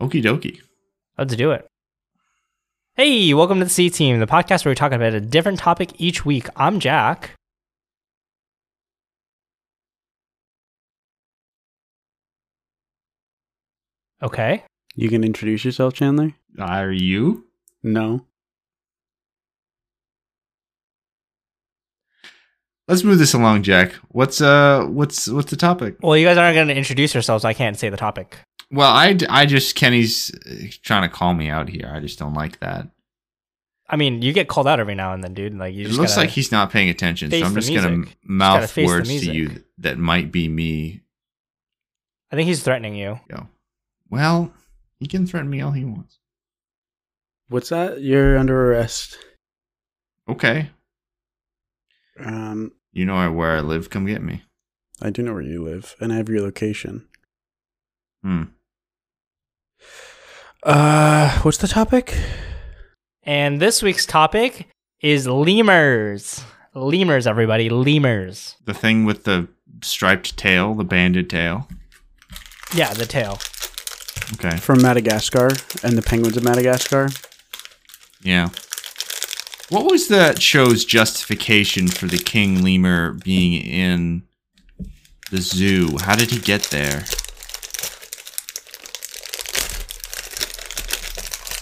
Okie dokie. Let's do it. Hey, welcome to the C Team, the podcast where we talk about a different topic each week. I'm Jack. Okay. You can introduce yourself, Chandler? Are you? No. Let's move this along, Jack. What's uh, what's what's the topic? Well, you guys aren't going to introduce yourselves. I can't say the topic. Well, I, d- I just Kenny's uh, trying to call me out here. I just don't like that. I mean, you get called out every now and then, dude. Like you It just looks gotta- like he's not paying attention, so face I'm the just gonna music. Just gotta mouth face the words to you music. that might be me. I think he's threatening you. Yo, well, he can threaten me all he wants. What's that? You're under arrest. Okay, Um, you know I- where I live. Come get me. I do know where you live, and I have your location. Hmm. Uh, what's the topic? And this week's topic is lemurs. Lemurs, everybody, lemurs. The thing with the striped tail, the banded tail. Yeah, the tail. Okay. From Madagascar and the penguins of Madagascar. Yeah. What was that show's justification for the king lemur being in the zoo? How did he get there?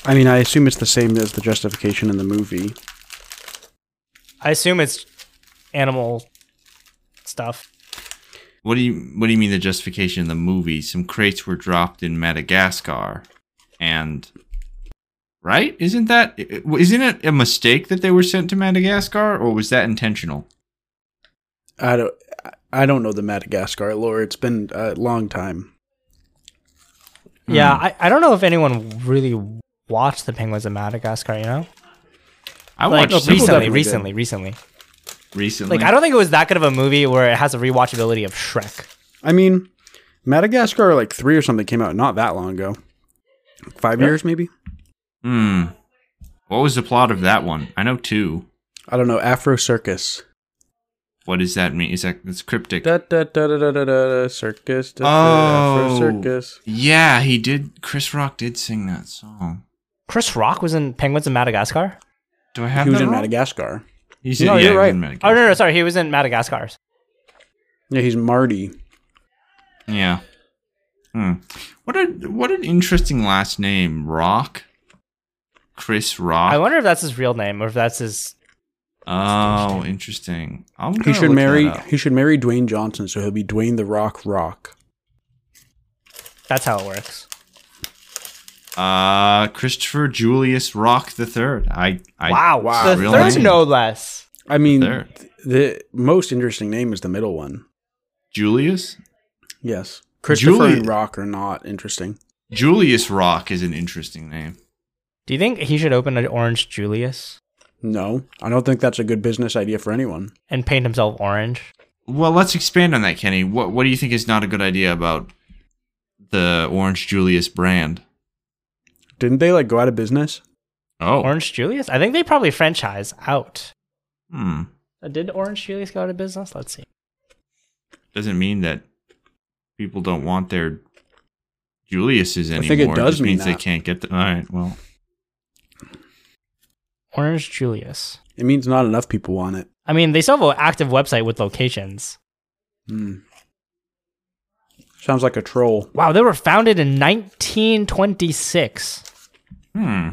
I mean, I assume it's the same as the justification in the movie. I assume it's animal stuff. What do you What do you mean the justification in the movie? Some crates were dropped in Madagascar, and right? Isn't that isn't it a mistake that they were sent to Madagascar, or was that intentional? I don't, I don't know the Madagascar lore. It's been a long time. Yeah, I, I don't know if anyone really watched the penguins of Madagascar, you know? I like watched some recently, definitely did. recently, recently. recently. Like I don't think it was that good of a movie where it has a rewatchability of Shrek. I mean, Madagascar like three or something came out not that long ago. Five years maybe. Hmm. What was the plot of that one? I know two. I don't know. Afro Circus. What does that mean? Is that it's cryptic? Da da da da da da da circus. Da, Oh. da, Afro circus. Yeah, he did. Chris Rock did sing that song. Chris Rock was in Penguins of Madagascar? Do I have He was that in wrong? Madagascar. He's No, you're he was right. in Oh Madagascar. no, no, sorry, he was in Madagascar. Yeah, he's Marty. Yeah. Hmm. What a what an interesting last name, Rock. Chris Rock. I wonder if that's his real name or if that's his oh, interesting. I'm He gonna should look marry. that up. He should marry Dwayne Johnson, so he'll be Dwayne the Rock Rock. that's how it works. Uh, Christopher Julius Rock the Third. I, I wow, wow. The real third name. no less. I mean, There. th- the most interesting name is the middle one. Julius. Yes, Christopher Julian. and Rock are not interesting. Julius Rock is an interesting name. Do you think he should open an orange Julius No, I don't think that's a good business idea for anyone. and paint himself orange? Well, let's expand on that, Kenny. What what do you think is not a good idea about the Orange Julius brand? Didn't they like go out of business? Oh, Orange Julius? I think they probably franchise out. hmm. Uh, Did Orange Julius go out of business? Let's see. doesn't mean that people don't want their Julius's I anymore. think it does just mean means they that. can't get the. All right, well, Orange Julius. It means not enough people want it. I mean, they still have an active website with locations. Hmm. Sounds like a troll. Wow, they were founded in 1926. hmm.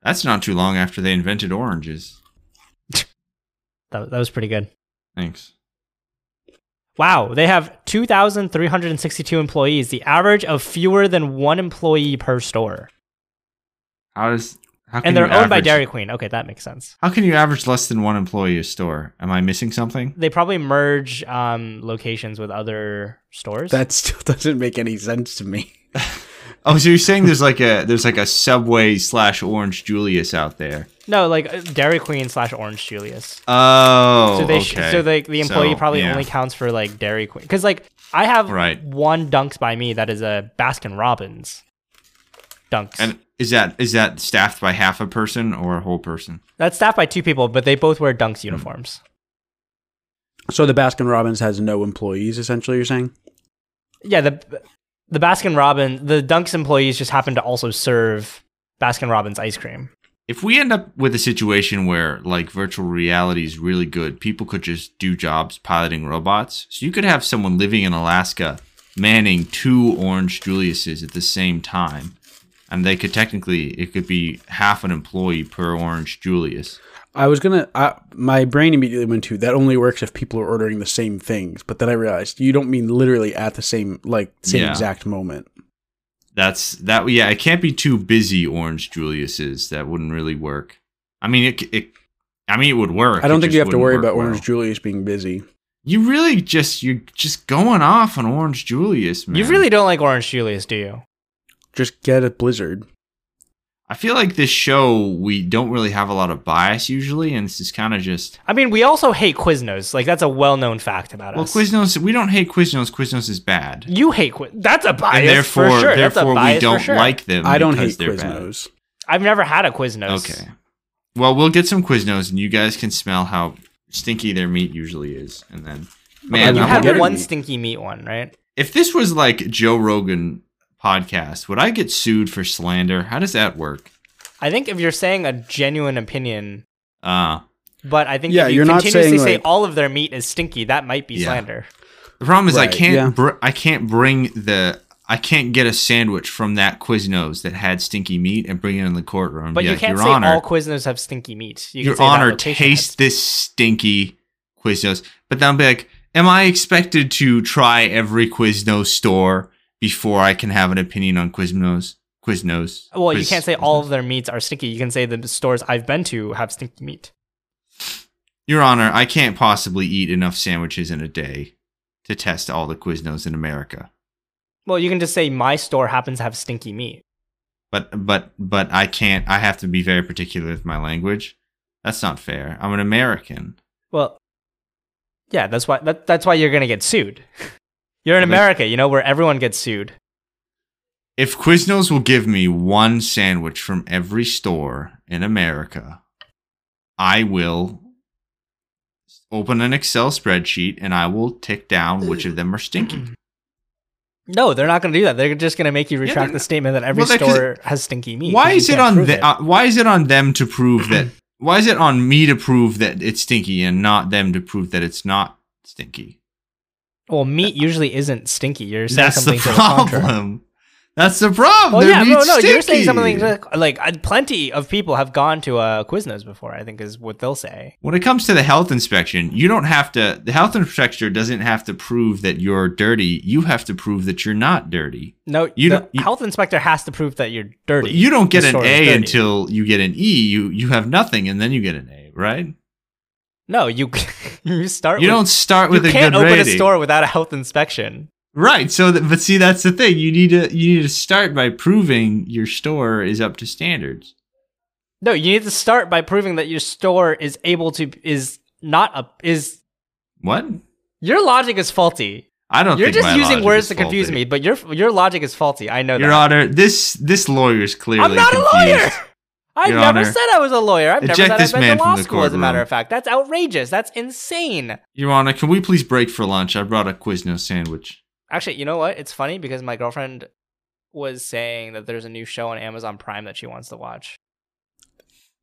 That's not too long after they invented oranges. That, that was pretty good. Thanks. Wow, they have 2,362 employees, the average of fewer than one employee per store. How does how can And they're you owned by average- Dairy Queen. Okay, that makes sense. How can you average less than one employee a store? Am I missing something? They probably merge um, locations with other stores. That still doesn't make any sense to me. Oh, so you're saying there's like a there's like a Subway slash Orange Julius out there? no, like uh, Dairy Queen slash Orange Julius. Oh, so they sh- okay. so like the employee So, probably yeah. only counts for like Dairy Queen because like I have Right. one Dunks by me that is a Baskin Robbins Dunks And is that is that staffed by half a person or a whole person? that's staffed by two people but they both wear Hmm. Dunks uniforms. So the Baskin Robbins has no employees, essentially. You're saying? Yeah, the the Baskin Robbins, the Dunks employees just happen to also serve Baskin Robbins ice cream. If we end up with a situation where like virtual reality is really good, people could just do jobs piloting robots. So you could have someone living in Alaska manning two orange Juliuses at the same time. And they could technically it could be half an employee per orange Julius. I was gonna. I, my brain immediately went to that only works if people are ordering the same things. But then I realized you don't mean literally at the same like same Yeah. exact moment. That's that. Yeah, it can't be too busy. Orange Julius's that wouldn't really work. I mean, it. c- it I mean, it would work. I don't it think just you have to wouldn't worry work about Orange well. Julius being busy. You really just you're just going off on Orange Julius, man. You really don't like Orange Julius, do you? Just get a Blizzard. I feel like this show we don't really have a lot of bias usually, and this is kind of just. I mean, we also hate Quiznos. Like that's a well-known fact about Well, us. Quiznos. We don't hate Quiznos. Quiznos is bad, you hate Quiz. That's a bias and therefore, for sure. That's a therefore, bias we for don't sure. like them. I don't because hate they're bad. Quiznos. I've never had a Quiznos. Okay. Well, we'll get some Quiznos, and you guys can smell how stinky their meat usually is, and then man, you you I'm had wondering- getting one it. stinky meat one, right? if this was like Joe Rogan podcast, would I get sued for slander? How does that work? I think if you're saying a genuine opinion, Uh, but I think Yeah, if you you're not continuously saying, say like- all of their meat is stinky, that might be Yeah. slander. the problem is Right, I can't yeah. br- I can't bring the I can't get a sandwich from that Quiznos that had stinky meat and bring it in the courtroom. But Be you like, can't Your say Honor, all Quiznos have stinky meat. You Your can say that Honor, location has- taste this stinky Quiznos. But then I'll be like, am I expected to try every Quiznos store before I can have an opinion on Quiznos? Quiznos. Well, you Quiz- can't say all Quiznos. of their meats are stinky. You can say the stores I've been to have stinky meat. Your Honor, I can't possibly eat enough sandwiches in a day to test all the Quiznos in America. Well, you can just say my store happens to have stinky meat. But but but I can't. I have to be very particular with my language. That's not fair. I'm an American. Well, yeah, that's why that, that's why you're gonna get sued. You're in Well, there's- America, you know, where everyone gets sued. If Quiznos will give me one sandwich from every store in America, I will open an Excel spreadsheet and I will tick down which of them are stinky. No, they're not gonna do that. They're just gonna make you they're retract the not- statement that every Well, that- 'cause store has stinky meat. Why 'cause you is it can't on prove the, it. uh, why is it on them to prove that why is it on me to prove that it's stinky and not them to prove that it's not stinky? well, meat usually isn't stinky. You're saying That's the something to the contrary. problem. That's the problem. Well, Their yeah, no, meat's no, you're saying stinky. something like, like uh, plenty of people have gone to uh, Quiznos before. I think is what they'll say. When it comes to the health inspection, you don't have to. The health inspector doesn't have to prove that you're dirty. You have to prove that you're not dirty. No, You the don't- you- health inspector has to prove that you're dirty. You don't get The an store is A dirty. until you get an E. You you have nothing, and then you get an A, right? no, you you start. You with, don't start You with a can't good open rating. a store without a health inspection. Right. So, that, but see, that's the thing. You need to you need to start by proving your store is up to standards. No, you need to start by proving that your store is able to is not a is What? your logic is faulty. I don't. You're think just my using logic words is to confuse faulty. me, but your your logic is faulty. I know Your that. Honor, this this lawyer's clearly. I'm not a confused. lawyer. I Your never Honor, said I was a lawyer. I've never eject said this I've been man to from law the school. As a matter courtroom. of fact, that's outrageous. That's insane. Your Honor, can we please break for lunch? I brought a Quiznos sandwich. Actually, you know what? It's funny because my girlfriend was saying that there's a new show on Amazon Prime that she wants to watch.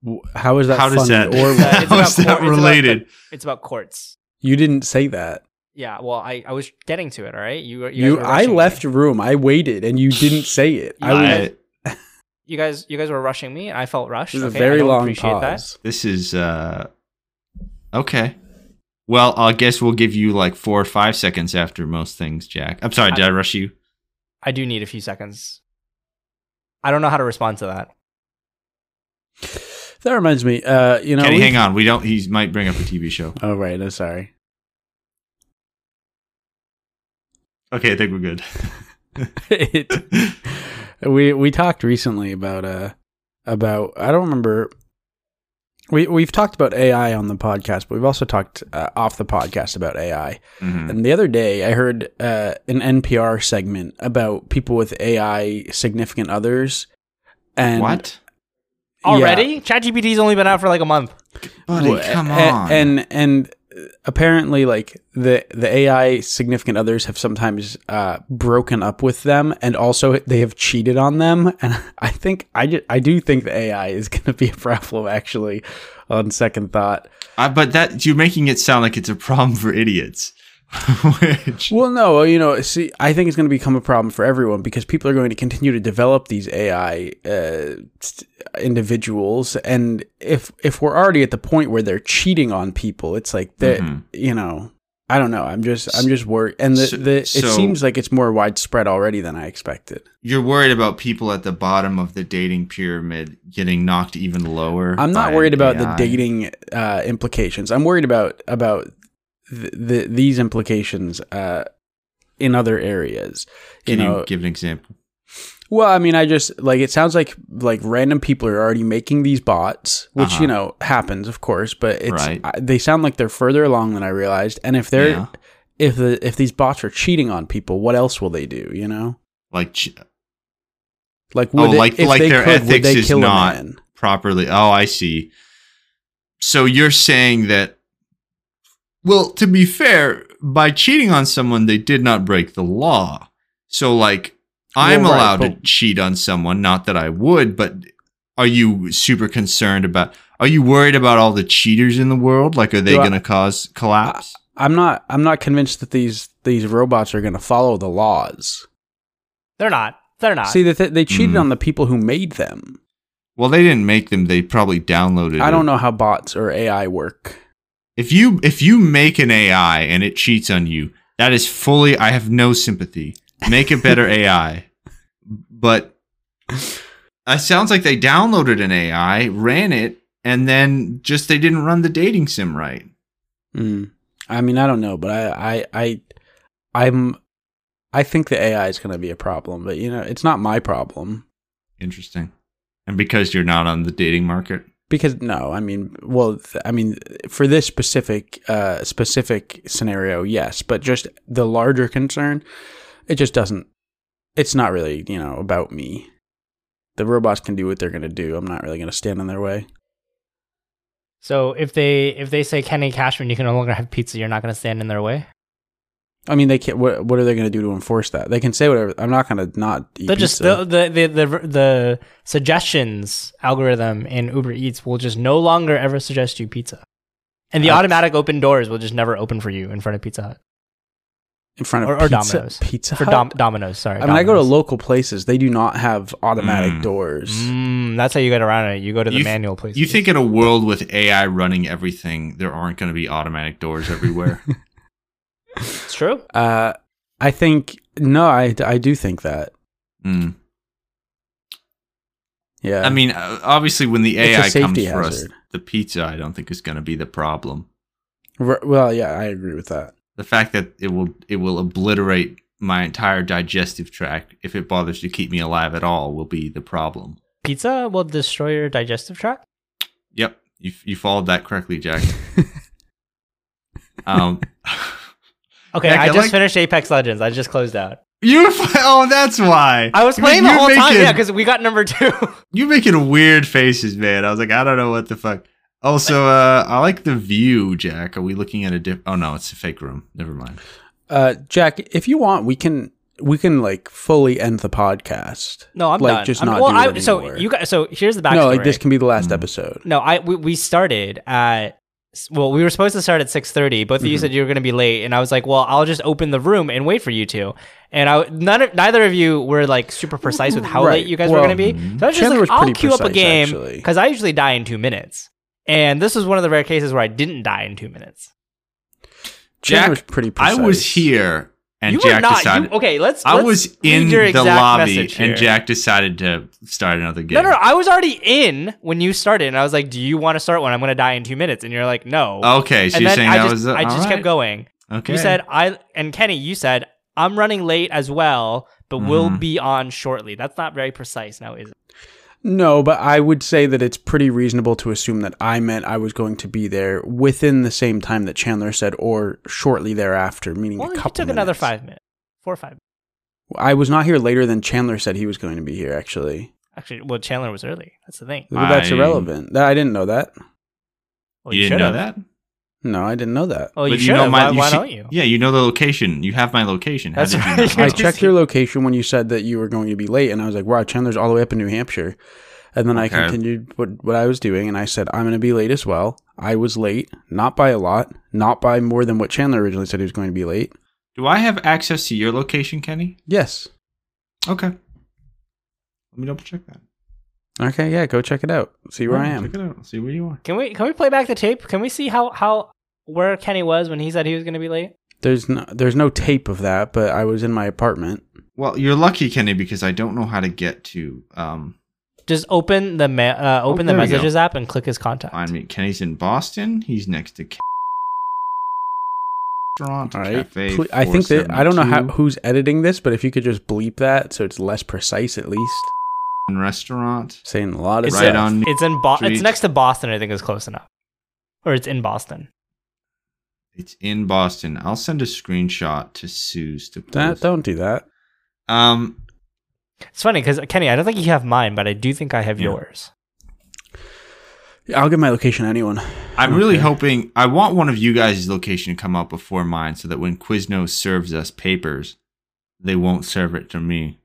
W- How is that How does funny? that? Or Uh, it's how is that about cor- it's about- related? It's about courts. you didn't say that. Yeah, well, I, I was getting to it. All right, you were- you, guys You, were I rushing me. left your room. I waited, and you didn't say it. I You was, guys- I, You guys you guys were rushing me, and I felt rushed. this is a okay? I very don't long appreciate pause. That. this is uh okay. Well, I guess we'll give you like four or five seconds after most things, Jack. I'm sorry, did I rush you? I do need a few seconds. I don't know how to respond to that. That reminds me. Uh, you know, Kenny, we- hang on. We don't. He might bring up a TV show. Oh right, I'm sorry. Okay, I think we're good. it, we we talked recently about uh about I don't remember. We we've talked about AI on the podcast, but we've also talked uh, off the podcast about AI. Mhm. And the other day, I heard uh, an NPR segment about people with AI significant others. And What? Yeah. Already, ChatGPT's only been out for like a month. Buddy, Wha- come a- on. And and apparently like the the AI significant others have sometimes uh, broken up with them, and also they have cheated on them. And I think I ju- I do think the AI is going to be a problem actually. On second thought, Uh, but that you're making it sound like it's a problem for idiots. Which Well, no, well, you know, see, I think it's going to become a problem for everyone because people are going to continue to develop these AI uh, st- individuals, and if if we're already at the point where they're cheating on people, it's like that. Mhm. You know, I don't know. I'm just I'm just worried, and the, So- the it so- seems like it's more widespread already than I expected. you're worried about people at the bottom of the dating pyramid getting knocked even lower. I'm not by worried about the AI. dating uh, implications. I'm worried about about th- the, these implications uh, in other areas. You Can you, know, give an example? Well, I mean, I just like it sounds like like random people are already making these bots, which Uh-huh. you know happens, of course, but it's Right. I, they sound like they're further along than I realized. And if they're Yeah. if the if these bots are cheating on people, what else will they do? You know, Like ch- like Oh, would they- like- if like they their could, would ethics they is kill not- a man? properly. Oh, I see. So you're saying that. Well, to be fair, by cheating on someone, they did not break the law. So, like, I'm Well, right, allowed to but- cheat on someone. Not that I would, but are you super concerned about? Are you worried about all the cheaters in the world? Like, are they Do I- going to cause collapse? I'm not I'm not convinced that these these robots are going to follow the laws. They're not. They're not. See that they, they cheated Mm. on the people who made them. well, they didn't make them. They probably downloaded. I it. don't know how bots or AI work. If you if you make an AI and it cheats on you, that is fully I have no sympathy. Make a better AI. But it sounds like they downloaded an AI, ran it, and then just they didn't run the dating sim right. Mm. I mean, I don't know, but I, I, I, I'm, I think the AI is going to be a problem, but you know, it's not my problem Interesting. And because you're not on the dating market. because no, I mean, well, th- I mean, for this specific, uh, specific scenario, yes, but just the larger concern, it just doesn't. It's not really, you know, about me. The robots can do what they're going to do. I'm not really going to stand in their way. so if they if they say Kenny Cashman, you can no longer have pizza. You're not going to stand in their way. I mean, they can't. What, what are they going to do to enforce that? They can say whatever. I'm not going to not eat. They'll just pizza. the, the the the the suggestions algorithm in Uber Eats will just no longer ever suggest you pizza, and the Uh, automatic open doors will just never open for you in front of Pizza Hut in front of or- or pizza, Domino's. Pizza for Hut? dom- Domino's. Sorry, I mean, I go to Domino's. local places. They do not have automatic Mm. doors. Mm, that's how you get around it. You go to the You th- manual place. You think in a world with AI running everything, there aren't going to be automatic doors everywhere. it's true? Uh, I think no, I, I do think that. Mm. Yeah, I mean, uh, obviously, when the It's a AI comes safety for us, hazard. the pizza I don't think is going to be the problem. R- well, yeah, I agree with that. The fact that it will it will obliterate my entire digestive tract if it bothers to keep me alive at all will be the problem. Pizza will destroy your digestive tract. Yep, you you followed that correctly, Jack. um, Okay, Nick, I I just like- finished Apex Legends. I just closed out. you oh that's why I was Because playing the you're whole time. making- Yeah, because we got number two. You're making weird faces, man. I was like, I don't know what the fuck. Also, uh, I like the view, Jack. Are we looking at a diff? Oh no, it's a fake room. Never mind. Uh, Jack, if you want, we can we can like fully end the podcast. no, I'm Like, done. just I'm, not well, do I, it so anymore. you got so here's the backstory. No, like this can be the last Mm. episode. No, I we, we started at well, we were supposed to start at six thirty. Both of you Mhm. said you were going to be late, and I was like, "Well, I'll just open the room and wait for you two. And I none of, neither of you were like super precise with how Right. late you guys Well, mm-hmm. were going to be. So I was just Chandler like, was "I'll pretty queue up a precise, game actually. because I usually die in two minutes." And this was one of the rare cases where I didn't die in two minutes. Jack, Chandler was pretty precise. I was here, and you Jack were not. decided. You, okay, let's. I let's was read in your the exact lobby, message here. and Jack decided to start another game. No, no, no, I was already in when you started, and I was like, "Do you want to start one? I'm going to die in two minutes." And you're like, "No." Okay, Oh, so and you're then saying I that just, was. I just kept going. going. Okay. You said I and Kenny, you said I'm running late as well, but we'll Mhm. be on shortly. That's not very precise now, is it? No, but I would say that it's pretty reasonable to assume that I meant I was going to be there within the same time that Chandler said, or shortly thereafter, meaning Well, a you couple. took another minutes. five minutes, four or five. I was not here later than Chandler said he was going to be here. Actually, Actually, well, Chandler was early. That's the thing. but that's I- irrelevant. That- I didn't know that. Well, you, didn't know "Oh, should've. that. No, I didn't know that. Oh, you But should. know why why should- don't you? Yeah, you know the location. You have my location. How That's did you right. know? I checked your location when you said that you were going to be late, and I was like, "Wow, Chandler's all the way up in New Hampshire." And then I Okay. continued what what I was doing, and I said, "I'm going to be late as well." I was late, not by a lot, not by more than what Chandler originally said he was going to be late. Do I have access to your location, Kenny? Yes. Okay. Let me double check that. Okay. Yeah. Go check it out. See where I Oh, Check am. it out. See where you are. Can we can we play back the tape? Can we see how how where Kenny was when he said he was going to be late? There's no there's no tape of that, but I was in my apartment. Well, you're lucky, Kenny, because I don't know how to get to um Just open the ma- uh, open the Oh, there we go. messages app and click his contact. I mean Kenny's in Boston. He's next to Ca- restaurant All right. cafe. Pl- I think that I don't know how 472, who's editing this, but if you could just bleep that so it's less precise, at least restaurant saying a lot of It's right stuff. on It's in Bo- Sweet. It's next to Boston. I think is close enough, or it's in Boston. It's in Boston. I'll send a screenshot to Sue's to That, post. don't do that. Um, It's funny because Kenny, I don't think you have mine, but I do think I have Yeah. yours. I'll give my location to anyone. I'm really Okay. hoping I want one of you guys' location to come up before mine, so that when Quiznos serves us papers, they won't serve it to me.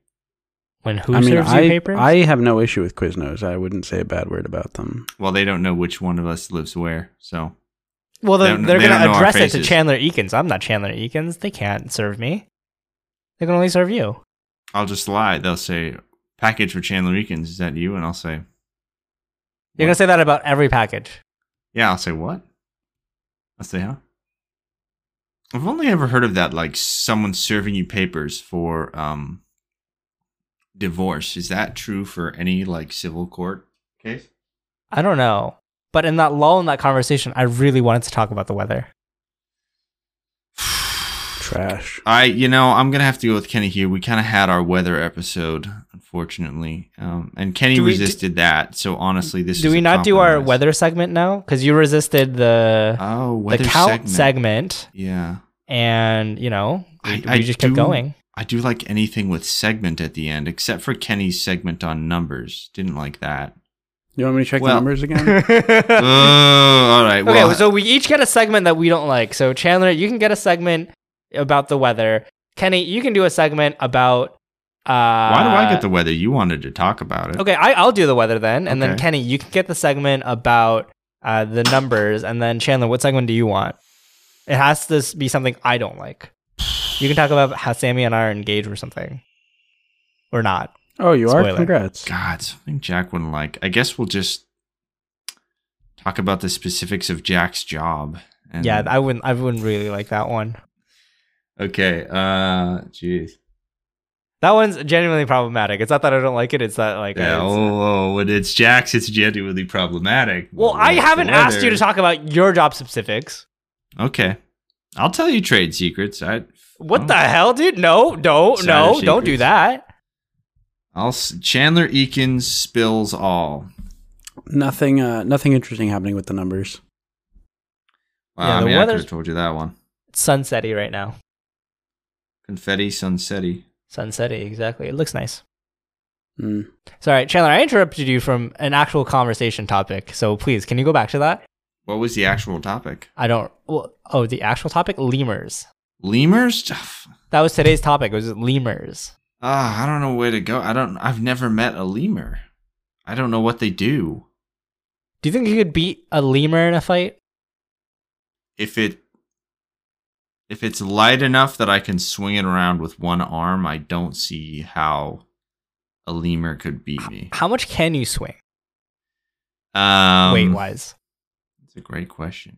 When who I mean, serves I, you papers? I have no issue with Quiznos. I wouldn't say a bad word about them. Well, they don't know which one of us lives where, so well, they they're, don't- they're they going don't to know our address it to faces. Chandler Eakins. I'm not Chandler Eakins. They can't serve me. They can only serve you. I'll just lie. They'll say package for Chandler Eakins. Is that you? And I'll say, You're going to say that about every package. yeah. I'll say what? I'll say huh. I've only ever heard of that, like someone serving you papers for um divorce. Is that true for any like civil court case? I don't know. But in that lull in that conversation, I really wanted to talk about the weather. Trash. I, you know, I'm gonna have to go with Kenny here. We kind of had our weather episode, unfortunately, um, and Kenny Do we- resisted that. So honestly, this do is we a not do our compromise. weather segment now? Because you resisted the Oh, the weather count segment. segment. Yeah, and you know we, I- we I just kept do- going. I do like anything with segment at the end, except for Kenny's segment on numbers. Didn't like that. You want me to check Well- the numbers again? oh, okay, all right. Well, so we each get a segment that we don't like. So Chandler, you can get a segment about the weather. Kenny, you can do a segment about. Uh, why do I get the weather? You wanted to talk about it. Okay, I, I'll do the weather then, and then Okay. Kenny, you can get the segment about uh, the numbers, and then Chandler, what segment do you want? It has to s- be something I don't like. You can talk about how Sammy and I are engaged or something, or not. Oh, you Spoiler. are. Congrats. God, something Jack wouldn't like. I guess we'll just talk about the specifics of Jack's job. And Yeah, I wouldn't. I wouldn't really like that one. Okay. Uh, jeez. That one's genuinely problematic. It's not that I don't like it. It's that like Yeah. I, Oh, when it's Jack's, it's genuinely problematic. well, I It's haven't the asked you to weather. talk about your job specifics. Okay, I'll tell you trade secrets. I What I'll- the hell, dude? No, don't, Insider no, don't do secrets. that. I'll s- Chandler Eakins spills all. Nothing. Uh, nothing interesting happening with the numbers. Wow, Yeah, I the mean, I could weather's- have told you that one. It's sunsetty right now. Confetti sunsetty. Sunsetty, exactly. It looks nice. Mm. Sorry, Chandler, I interrupted you from an actual conversation topic. So please, can you go back to that? What was the actual topic? I don't. Well, oh, the actual topic lemurs. Lemurs. That was today's topic. It was lemurs. Ah, I don't know where to go. I don't. I've never met a lemur. I don't know what they do. Do you think you could beat a lemur in a fight? If it if it's light enough that I can swing it around with one arm, I don't see how a lemur could beat me. How much can you swing Um, weight wise? That's a great question.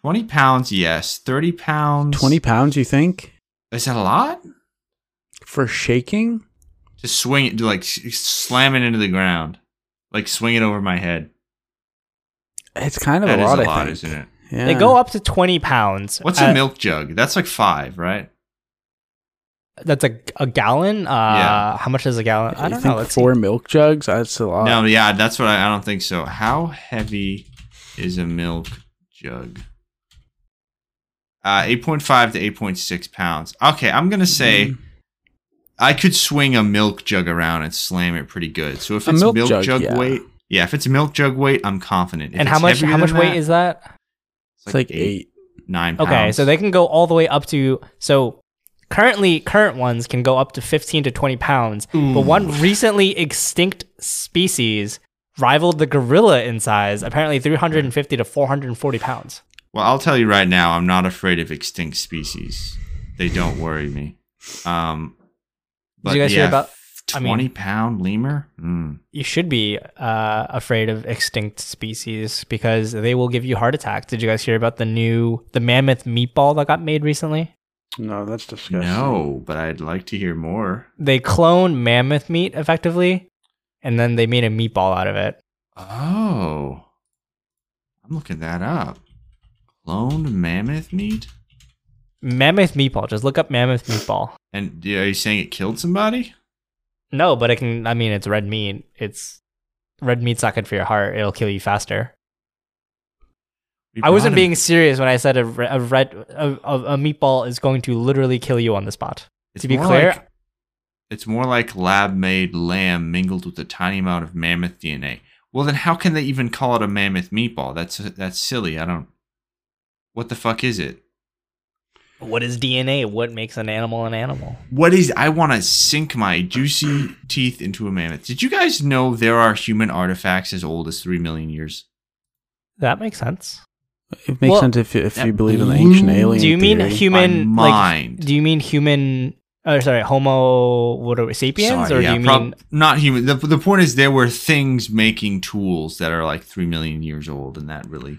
Twenty pounds, yes. Thirty pounds. Twenty pounds. You think Is that a lot? for shaking? Just swing it, like s- slam it into the ground, like swing it over my head. It's kind of That a is lot. a I lot, think. isn't it? Yeah. They go up to twenty pounds. What's Uh, a milk jug? That's like five, right? That's a, a gallon. Uh, Yeah. How much is a gallon? I You don't think know. Let's see. four milk jugs. That's a lot. no, Um, yeah, that's what I, I don't think so. How heavy is a milk jug? Uh, 8.5 to 8.6 pounds. Okay, I'm going to say Mm-hmm. Mm. I could swing a milk jug around and slam it pretty good. So if A it's milk milk, jug, jug, yeah. weight, yeah, if it's milk jug weight, I'm confident. If And it's how much? heavier How much than weight that, is that? It's like eight. nine. Pounds. Okay, so they can go all the way up to so currently current ones can go up to 15 to 20 pounds, but one recently extinct species rivaled the gorilla in size, apparently 350 to 440 pounds. Well, I'll tell you right now, I'm not afraid of extinct species. They don't worry me. Um, but you guys hear yeah, about- I mean- twenty pound lemur? Mm. You should be uh, afraid of extinct species because they will give you heart attacks. Did you guys hear about the new the mammoth meatball that got made recently? No, that's disgusting. No, but I'd like to hear more. They clone mammoth meat effectively, and then they made a meatball out of it. Oh, I'm looking that up. Cloned mammoth meat? Mammoth meatball. Just look up mammoth meatball. And yeah, are you saying it killed somebody? No, but it can. I mean, it's red meat. It's red meat's not good for your heart. It'll kill you faster. We I wasn't brought being him- serious when I said a, re- a red a, a, a meatball is going to literally kill you on the spot. It's to be more clear, like- it's more like lab-made lamb mingled with a tiny amount of mammoth DNA. Well, then how can they even call it a mammoth meatball? That's that's silly. I don't. What the fuck is it? what is DNA? What makes an animal an animal? What is? I want to sink my juicy teeth into a mammoth. Did you guys know there are human artifacts as old as three million years? That makes sense. It makes Well, Mm, sense if you, if that you believe in the blew- ancient alien. Do you mean theory. human? My Like, mind. do you mean human? Oh, sorry, Homo. What are we, sapiens? Sorry, or yeah, do you prob- mean? not human? The, the point is there were things making tools that are like three million years old, and that really,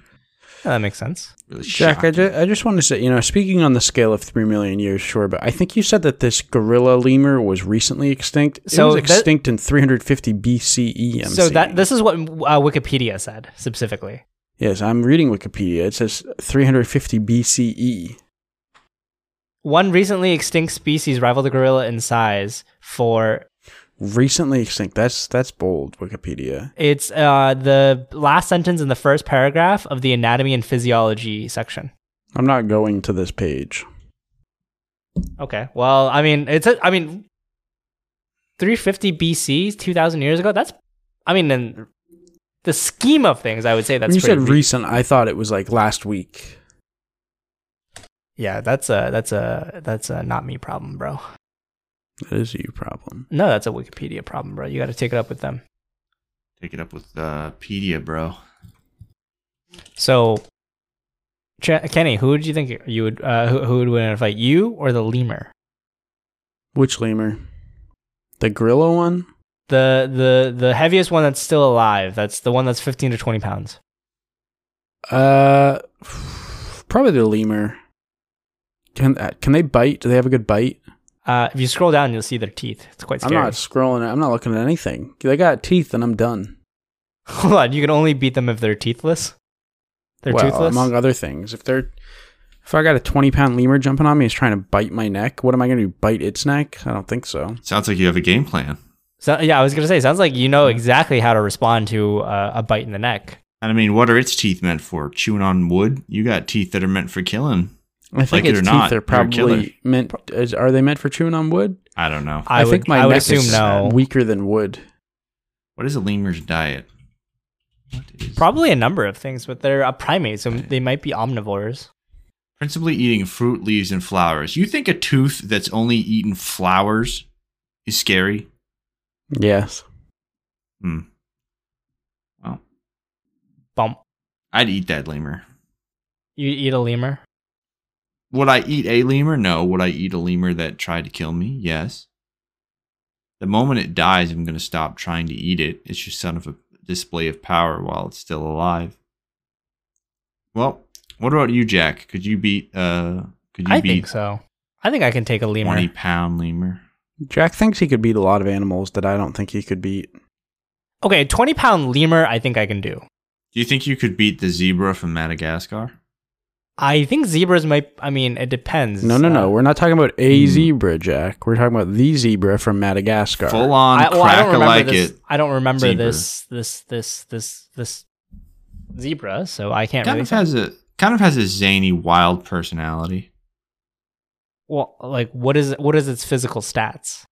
Oh, that makes sense. really Jack, shocked I, me. ju- I just want to say, you know, speaking on the scale of 3 million years, sure, but I think you said that this gorilla lemur was recently extinct. It So was that- extinct in 350 BCE. E, I'm So that seeing. this is what uh, Wikipedia said specifically. Yes, I'm reading Wikipedia. It says 350 BCE. One recently extinct species rivaled the gorilla in size for Recently extinct. That's that's bold, Wikipedia. It's uh, the last sentence in the first paragraph of the anatomy and physiology section. I'm not going to this page. Okay. Well, I mean, it's a, I mean, 350 BC, 2,000 years ago. That's, I mean, in the scheme of things, I would say that's. when you said pretty re- recent, I thought it was like last week. yeah, that's a that's a that's a not me problem, bro. That is a you problem. No, that's a Wikipedia problem, bro. You got to take it up with them. Take it up with uh, Pedia, bro. So, Ch- Kenny, who would you think you would uh, who, who would win in a fight, you or the lemur? Which lemur? The gorilla one? The the the heaviest one that's still alive. That's the one that's 15 to 20 pounds. Uh, probably the lemur. Can uh, can they bite? Do they have a good bite? Uh, if you scroll down, you'll see their teeth. It's quite scary. I'm not scrolling. I'm not looking at anything. They got teeth, and I'm done. Hold on, you can only beat them if they're teethless. They're well, toothless. among other things. If they're if I got a 20 pound lemur jumping on me, he's trying to bite my neck. What am I going to do? Bite its neck? I don't think so. Sounds like you have a game plan. so, yeah, I was gonna say, sounds like you know exactly how to respond to uh, a bite in the neck. And I mean, what are its teeth meant for? Chewing on wood? You got teeth that are meant for killing. I Like think it its or teeth not, are you're a killer. probably meant. Is, are they meant for chewing on wood? I don't know. I, would, think my I would neck assume is no. weaker than wood. What is a lemur's diet? What is Probably a number of things, but they're a primate, so they might be omnivores. principally eating fruit, leaves, and flowers. You think a tooth that's only eaten flowers is scary? Yes. Hmm. Bump. I'd eat that lemur. You eat a lemur. Would I eat a lemur? No. Would I eat a lemur that tried to kill me? Yes. The moment it dies, I'm going to stop trying to eat it. It's just sort of a display of power while it's still alive. Well, what about you, Jack? Could you beat? Uh, could you I beat think so. I think I can take a lemur. twenty pound lemur? Jack thinks he could beat a lot of animals that I don't think he could beat. Okay, twenty pound lemur. I think I can do. Do you think you could beat the zebra from Madagascar? I think zebras might. I mean, it depends. No, no, Uh, no. We're not talking about a Hmm. zebra, Jack. We're talking about the zebra from Madagascar. Full on Uh, I, well, I don't crack a remember like this. it. I don't remember zebra. this this this this this zebra, so I can't Kind really. of say- has a kind of has a zany, wild personality. well, like what is what is its physical stats?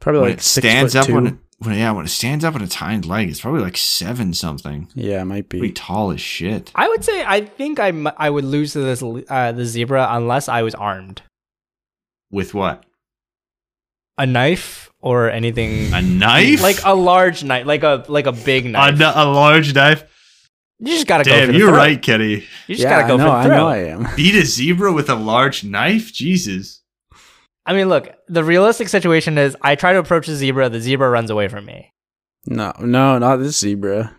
Probably When like it six stands foot up two. on when yeah, when it stands up on its hind leg, it's probably like seven something. Yeah, it might be. Pretty tall as shit. I would say I think I, m- I would lose to this uh, the zebra unless I was armed, With what? a knife or anything, A knife? like a large knife, like a like a big a, knife. kn- a large knife. you just gotta go. For Damn, the you're throat. right, Kenny. You just yeah, gotta go I know, for the I throat. know I, I am. Beat a zebra with a large knife? Jesus. mean, look, the realistic situation is I try to approach the zebra, the zebra runs away from me. No, no, not this zebra.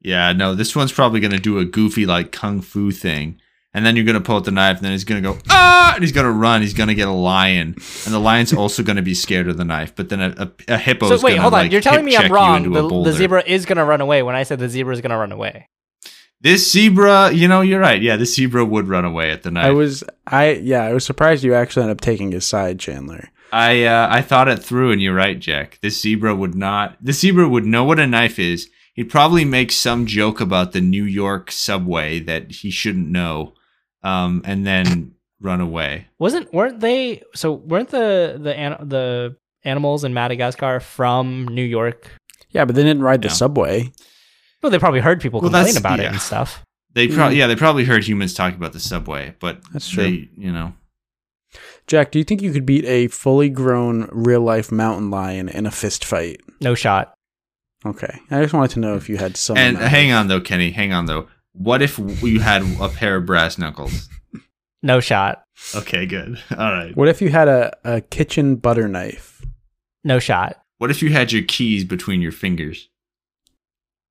Yeah, no, this one's probably gonna do a goofy like kung fu thing. And then you're gonna pull out the knife, and then he's gonna go, ah, and he's gonna run, he's gonna get a lion. And the lion's also gonna be scared of the knife, but then a, a, a hippo's so wait, gonna, hold on. like, you're telling me hip-check I'm you wrong. into a The, boulder. the zebra is gonna run away when I said the zebra is gonna run away. This zebra, you know, you're right. Yeah, this zebra would run away at the knife. I was, I yeah, I was surprised you actually ended up taking his side, Chandler. I uh, I thought it through, and you're right, Jack. This zebra would not. This zebra would know what a knife is. He'd probably make some joke about the New York subway that he shouldn't know, um, and then run away. Wasn't weren't they? So weren't the the an, the animals in Madagascar from New York? Yeah, but they didn't ride the Yeah. subway. Well, they probably heard people Well, complain that's- about it yeah. and stuff. They probably Mm. yeah they probably heard humans talk about the subway, but That's true. They, you know, Jack, do you think you could beat a fully grown real life mountain lion in a fist fight? No shot. Okay, I just wanted to know if you had some. and amount of- hang on though, Kenny, hang on though. What if you had a pair of brass knuckles? No shot. Okay, good. All right. What if you had a, a kitchen butter knife? No shot. What if you had your keys between your fingers?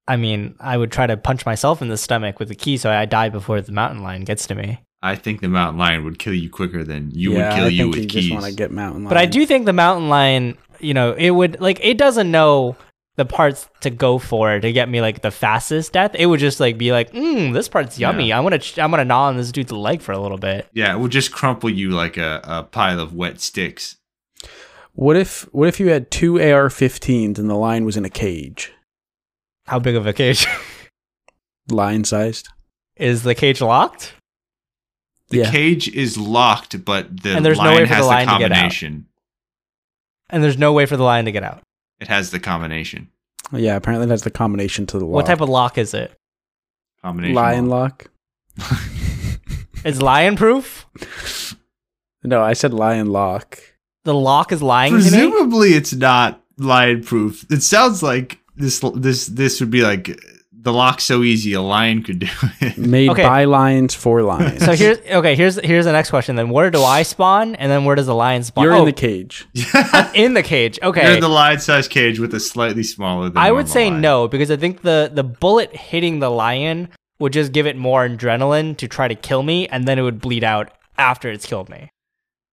I mean, I would try to punch myself in the stomach with the key so I die before the mountain lion gets to me. I think the mountain lion would kill you quicker than you yeah, would kill I you think with you keys. just want to get mountain lion. But I do think the mountain lion, you know, it would like it doesn't know the parts to go for to get me like the fastest death. It would just like be like, mm, this part's yummy. I want to, I want to gnaw on this dude's leg for a little bit. Yeah, it will just crumple you like a, a pile of wet sticks. What if what if you had two AR-15s and the lion was in a cage, How big of a cage lion sized? is the cage locked? The Yeah. cage is locked, but the And there's no lion way for has the the, lion to get out. combination. And there's no way for the lion to get out. It has the combination. Yeah, apparently that's the combination to the lock. What type of lock is it? Combination. lion lock. lock? Is lion proof? No, I said lion lock. The lock is lying to me. Presumably, it's not lion proof. It sounds like this this this would be like the lock so easy a lion could do it. Made Okay. by lions for lions. So here's okay. Here's here's the next question. Then where do I spawn? And then where does the lion spawn? You're Oh, in the cage. in the cage. Okay. You're in the lion-sized cage with a slightly smaller. Than I would normal say lion. no because I think the the bullet hitting the lion would just give it more adrenaline to try to kill me, and then it would bleed out after it's killed me.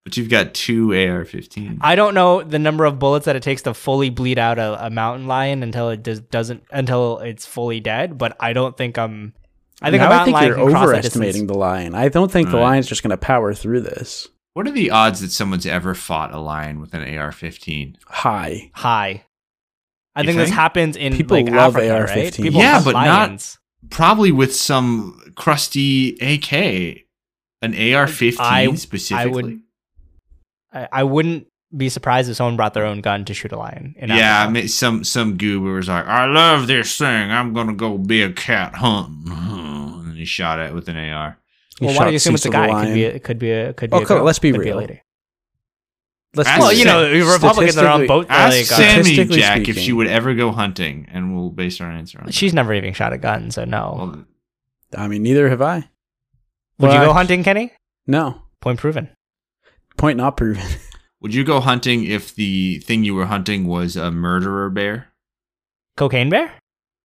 But you've got two AR-15. I don't know the number of bullets that it takes to fully bleed out a, a mountain lion until it does, doesn't until it's fully dead. But I don't think I'm. I think a Now mountain lion you're can cross that overestimating distance. the lion. I don't think the Right. lion's just going to power through this. What are the odds that someone's ever fought a lion with an AR-15? High. high. I You think, this think? happens in People like love Africa, right? AR-15. People Yeah, love but not- lions. probably with some crusty AK, an AR-15 I- specifically. I, I wouldn't be surprised if someone brought their own gun to shoot a lion. in yeah, Africa. I mean, some some goober was like, "I love this thing. I'm gonna go be a cat hunting," and then he shot it with an AR. He Well, why do shot you assume it's a Cecil the guy? It could be. lion. A, it could be. A, it could be. Oh, a come on, girl. let's be Could real. a lady. Let's Ask be Well, you know, Sam- Republicans are on statistically- both. Ask like, uh, Sammy Statistically Jack if speaking- she would ever go hunting, and we'll base our answer on that. she's never even shot a gun, so no. Well, I mean, neither have I. Would you Well, go I- hunting, Kenny? No. Point proven. Point not proven. would you go hunting if the thing you were hunting was a murderer bear? Cocaine bear?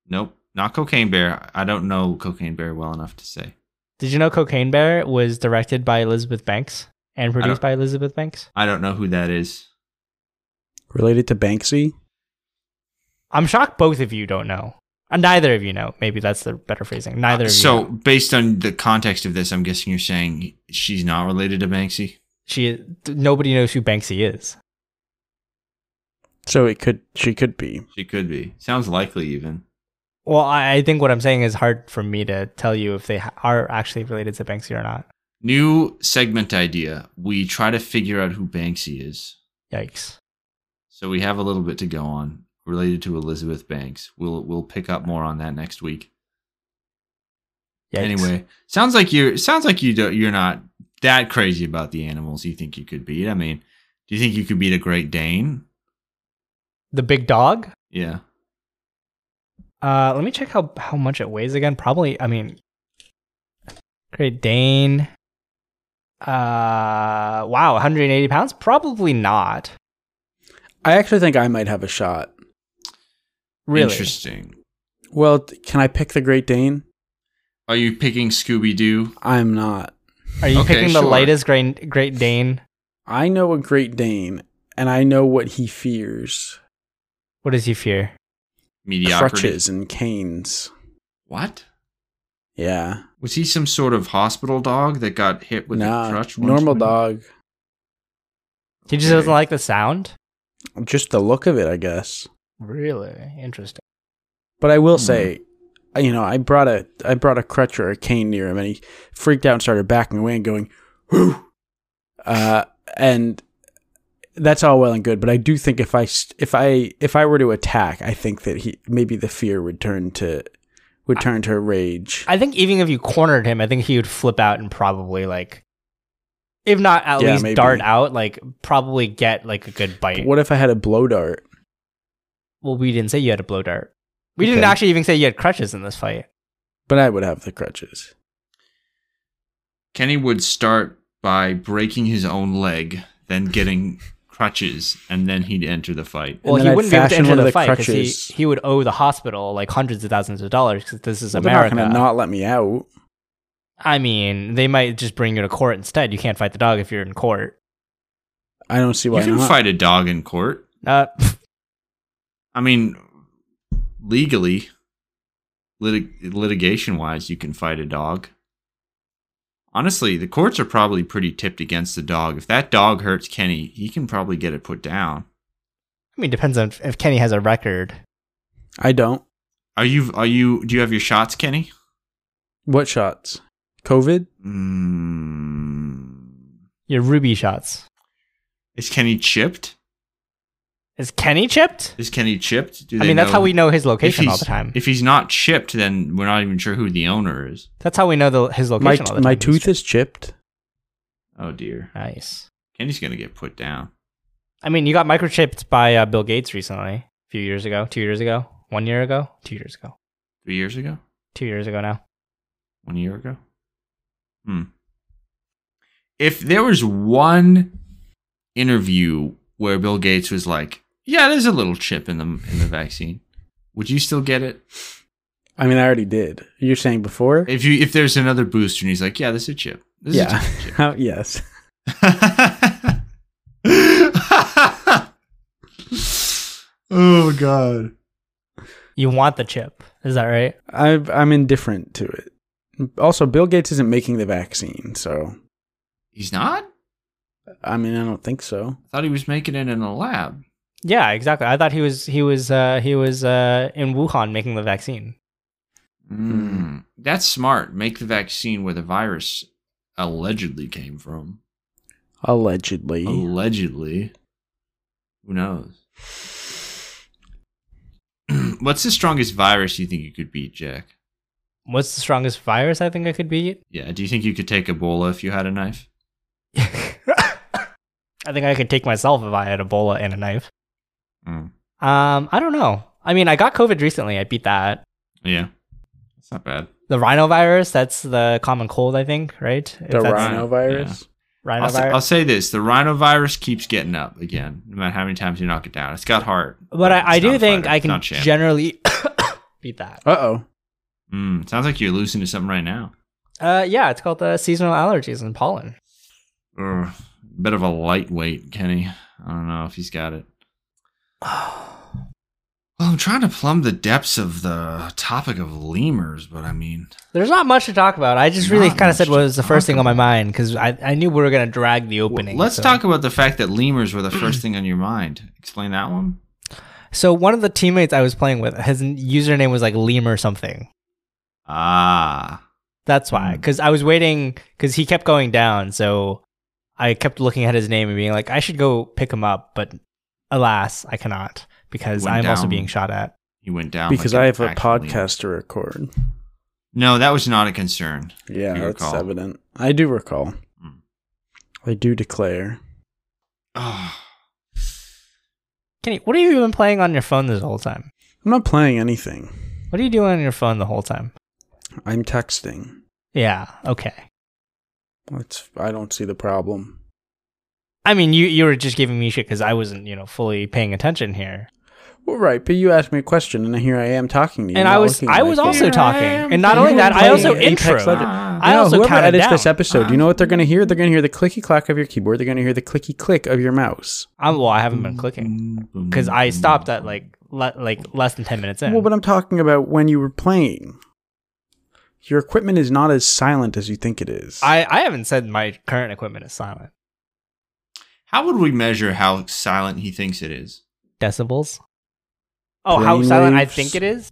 Nope, not cocaine bear. I don't know cocaine bear well enough to say. Did you know Cocaine Bear was directed by Elizabeth Banks and don't- produced by Elizabeth Banks? I don't know who that is. Related to Banksy? I'm shocked both of you don't know. Uh, neither of you know. Maybe that's the better phrasing. Neither of you. so, know. based on the context of this, I'm guessing you're saying she's not related to Banksy. she nobody knows who Banksy is. So it could, she could be. She could be. Sounds likely, even. Well, I, I think what I'm saying is hard for me to tell you if they ha- are actually related to Banksy or not. New segment idea. We try to figure out who Banksy is. Yikes. So we have a little bit to go on. related to Elizabeth Banks. We'll we'll pick up more on that next week. Yikes. Anyway, sounds like you sounds like you do, you're not that crazy about the animals you think you could beat. I mean, do you think you could beat a Great Dane? the big dog. Yeah. Uh, let me check how how much it weighs again. Probably, I mean, Great Dane. Uh, wow, 180 pounds. Probably not. I actually think I might have a shot. Really? Interesting. Well, t- can I pick the Great Dane? Are you picking Scooby Doo? I'm not. Are you Okay, picking the sure. lightest Great Great Dane? I know a Great Dane, and I know what he fears: What does he fear? Mediocrity. crutches and canes. What? Yeah, Was he some sort of hospital dog that got hit with nah, a crutch? once? normal dog. He just Okay. doesn't like the sound. Just the look of it, I guess. Really interesting. But I will Mm-hmm. Hmm. say, I- you know, I brought a I brought a crutch or a cane near him, and he freaked out and started backing away and going, "Whoo!" Uh, and that's all well and good, but I do think if I s- if I if I were to attack, I think that he maybe the fear would turn to would turn to rage. I think even if you cornered him, I think he would flip out and probably like, if not at Yeah, least maybe. dart out, like probably get like a good But bite. what if I had a blow dart? well, we didn't say you had a blow dart. We didn't Okay. actually even say you had crutches in this fight. But I would have the crutches. Kenny would start by breaking his own leg, then getting crutches, and then he'd enter the fight. And Well, then he I'd wouldn't be able to fashion enter one the, of the fight because he, crutches. he would owe the hospital like hundreds of thousands of dollars because this is Well, they're not America. going to not let me out. I mean, they might just bring you to court instead. You can't fight the dog if you're in court. I don't see You why can not. fight a dog in court. Uh, I mean, legally, litig- litigation wise, you can fight a dog. Honestly, the courts are probably pretty tipped against the dog. If that dog hurts Kenny, he can probably get it put down. I mean, depends on if Kenny has a record. I don't. Are you? Are you? Do you have your shots, Kenny? What shots? COVID? Mm, Your ruby shots. is Kenny chipped? Is Kenny chipped? Is Kenny chipped? Do I mean, that's how we know his if location he's, all the time. If he's not chipped, then we're not even sure who the owner is. That's how we know the, his My, location all the time. my He's tooth chipped. is chipped. Oh dear, nice. Kenny's gonna get put down. I mean, you got microchipped by uh, Bill Gates recently, a few years ago, two years ago, one year ago, two years ago, Three years ago. two years ago now. one year ago. Hmm. If there was one interview where Bill Gates was like, "Yeah, there's a little chip in the in the vaccine," would you still get it I mean, I already did. You're saying before? if you if there's another booster and he's like, "Yeah, there's a chip." There's yeah. A chip. How- yes. oh God. You want the chip. Is that right? I've, I'm indifferent to it. Also, Bill Gates isn't making the vaccine, so He's not. I mean, I don't think so. I thought he was making it in a lab. Yeah, exactly. I thought he was he was uh, he was uh, in Wuhan making the vaccine. Mm. That's smart. Make the vaccine where the virus allegedly came from. Allegedly. Oh, Allegedly. Who knows? What's the strongest virus you think you could beat, Jack? What's the strongest virus I think I could beat? Yeah, do you think you could take Ebola if you had a knife? I think I could take myself if I had Ebola and a knife. Mm. Um, I don't know. I mean, I got COVID recently. I beat that. Yeah. That's not bad. The rhinovirus, that's the common cold, I think, right? If The that's- rhinovirus? I'll, rhinovirus. say, I'll say this the rhinovirus keeps getting up again, no matter how many times you knock it down. It's got heart. but I, I it's not do a think fighter. I It's can not champ. generally beat that. Uh oh. Mm, sounds like you're losing to something right now. Uh, yeah, it's called the seasonal allergies and pollen. Ugh, bit of a lightweight, Kenny. I don't know if he's got it. Well, I'm trying to plumb the depths of the topic of lemurs, but I mean, There's not much to talk about. I just really Not kind of much said to what was the talk first thing on my about. mind because I, I knew we were going to drag the Well, opening. let's so- talk about the fact that lemurs were the first thing on your mind. Explain that one. So, one of the teammates I was playing with, his username was like Leem or something. Ah, That's Mm. why. Because I was waiting, because he kept going down. So I kept looking at his name and being like, I should go pick him up. But alas, I cannot because Went I'm also down. being shot at. He went down because like I an have a actually- podcast to record. No, that was not a concern. Yeah, You that's recall. evident. I do recall. Hmm. I do declare. Oh, Kenny, what have you been playing on your phone this whole time? I'm not playing anything. What are you doing on your phone the whole time? I'm texting. Yeah, okay. That's I don't see the problem. I mean, you you were just giving me shit because I wasn't, you know, fully paying attention here. Well, right, but you asked me a question, and here I am talking to you. And not I was looking I like was it. also Here I talking, am, and not you only were that, I playing also Apex intro. Legends. Ah. I No, also whoever counted edits down. this episode, you know what they're going to hear? They're going to hear the clicky clack of your keyboard. They're going to hear the clicky click of your mouse. I'm, well, I haven't been clicking because I stopped at like le- like less than ten minutes in. Well, but I'm talking about when you were playing. Your equipment is not as silent as you think it is. I I haven't said my current equipment is silent. How would we measure how silent he thinks it is? Decibels. Oh, how Brainwaves. silent I think it is.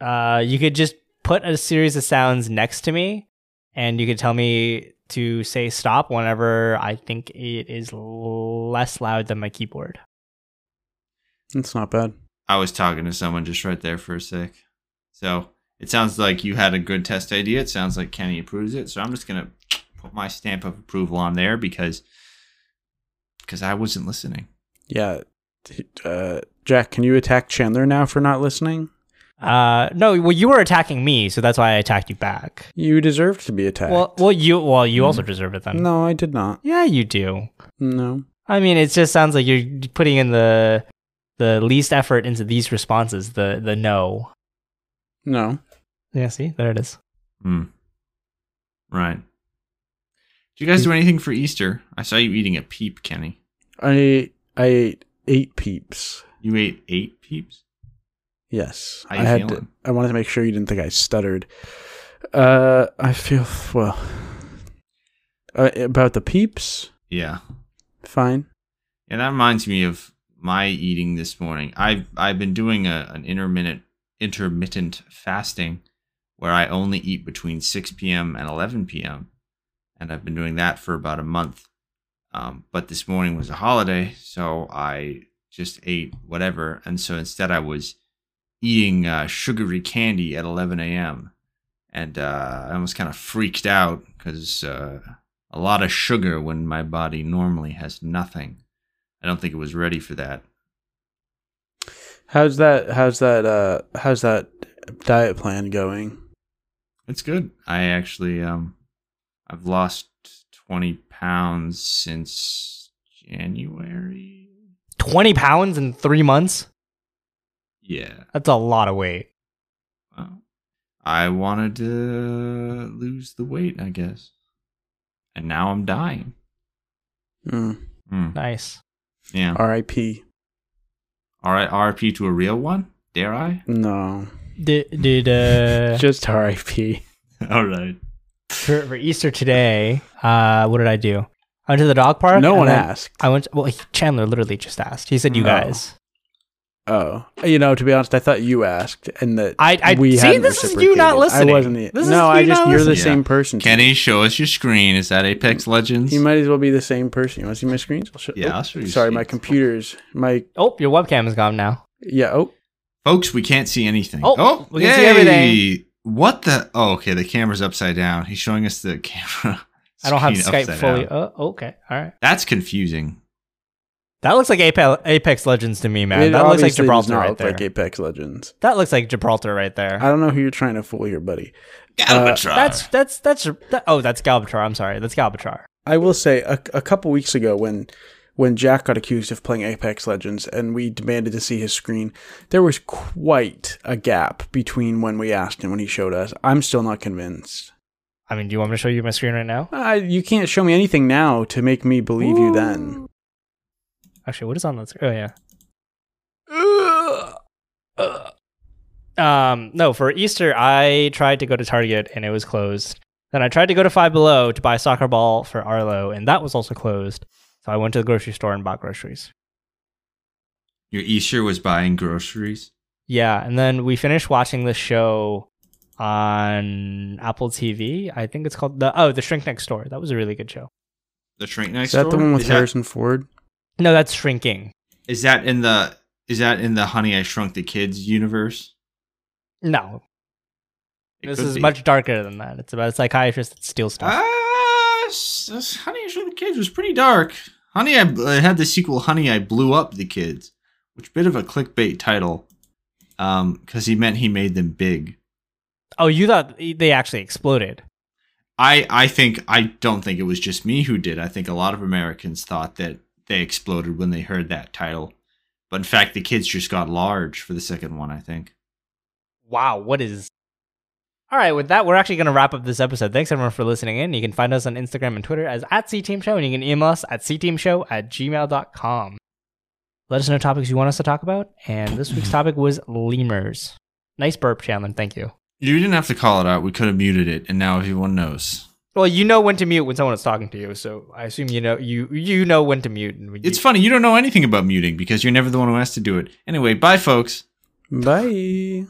Uh, you could just put a series of sounds next to me, and you could tell me to say stop whenever I think it is l- less loud than my keyboard. it's not bad. I was talking to someone just right there for a sec. So it sounds like you had a good test idea. It sounds like Kenny approves it. So I'm just gonna put my stamp of approval on there because because I wasn't listening. Yeah. Uh, Jack, can you attack Chandler now for not listening? Uh, no, well, you were attacking me, so that's why I attacked you back. You deserve to be attacked. Well, well, you, well, you also deserve it then. Hmm. no, I did not. Yeah, you do. No. I mean, it just sounds like you're putting in the the least effort into these responses. The the no. No. Yeah, see, there it is. Hmm. Right. Did you guys do anything for Easter? I saw you eating a peep, Kenny. I ate, I ate eight peeps. You ate eight peeps. Yes. How you I had to, feeling? I wanted to make sure you didn't think I stuttered. Uh, I feel well. Uh, about the peeps, Yeah. fine. Yeah, that reminds me of my eating this morning. I've I've been doing a, an intermittent intermittent fasting where I only eat between 6 p.m. and 11 p.m. and I've been doing that for about a month. Um, but this morning was a holiday, so I just ate whatever, and so instead I was eating uh, sugary candy at 11 a.m. and uh, I almost kind of freaked out because uh, a lot of sugar when my body normally has nothing. I don't think it was ready for that. How's that? How's that? Uh, how's that diet plan going? It's good. I actually um I've lost 20 pounds since January. Twenty pounds in three months. Yeah. That's a lot of weight. Well, I wanted to lose the weight, I guess. And now I'm dying. Mm. Hmm. Nice. Yeah. R.I.P. All right, RP to a real one? Dare I? No, Did did uh just R.I.P. All right. for, for Easter today? Uh, what did I do? I went to the dog park. No and one then asked. I went. well, he, Chandler literally just asked. He said, "You No. guys." Oh, you know, to be honest, I thought you asked, and that I I we see. hadn't This is you not reciprocated. listening. I wasn't. The, This is no, I you just not you're the listening. same person. Kenny, show us your screen. Is that Apex Legends? You might as well be the same person. You want to see my screens? I'll show, Yeah, oh, I'll show you Sorry, my screens. computers. My Oh, your webcam is gone now. yeah. Oh, Folks, we can't see anything. Oh, we can see everything. What the? Oh, okay. The camera's upside down. He's showing us the camera. I don't have screen Skype upside fully. down. Oh, okay. All right. That's confusing. That looks like Apex, Apex Legends to me, man. it that looks like obviously does Gibraltar not right look there. Like Apex Legends. that looks like Gibraltar right there. I don't know who you're trying to fool here, buddy. Galvatron. Uh, that's that's that's that, oh, that's Galbatrar. I'm sorry, that's Galbatrar. I will say a, a couple weeks ago when when Jack got accused of playing Apex Legends and we demanded to see his screen, there was quite a gap between when we asked and when he showed us. I'm still not convinced. I mean, do you want me to show you my screen right now? Uh, you can't show me anything now to make me believe you then. Actually, what is on the screen? Oh yeah. Um, no, for Easter I tried to go to Target and it was closed. Then I tried to go to Five Below to buy a soccer ball for Arlo and that was also closed. So I went to the grocery store and bought groceries. Your Easter was buying groceries. Yeah, and then we finished watching this show on Apple TV. I think it's called the oh, The Shrink Next Door. That was a really good show. The shrink Is next that door. the one with is Harrison Ford? No, that's Shrinking. That, is that in the? Is that in the Honey I Shrunk the Kids universe? No, It this could is be. much darker than that. It's about a psychiatrist that steals stuff. Ah, s- s- Honey I Shrunk the Kids was pretty dark. Honey, I uh, had the sequel Honey I Blew Up the Kids, which bit of a clickbait title, um, because he meant he made them big. oh, you thought they actually exploded? I I think I don't think it was just me who did. I think a lot of Americans thought that they exploded when they heard that title. But in fact, the kids just got large for the second one, I think. Wow, what is? All right, with that, we're actually going to wrap up this episode. Thanks everyone for listening in. You can find us on Instagram and Twitter as at Team Show, and you can email us at cteamshow at gmail.com. Let us know topics you want us to talk about, and this week's topic was lemurs. Nice burp, Chandler. Thank you. You didn't have to call it out. We could have muted it, and now everyone knows. Well, you know when to mute when someone is talking to you, so I assume you know you you know when to mute. And when It's you- funny. You don't know anything about muting because you're never the one who has to do it. Anyway, bye, folks. Bye.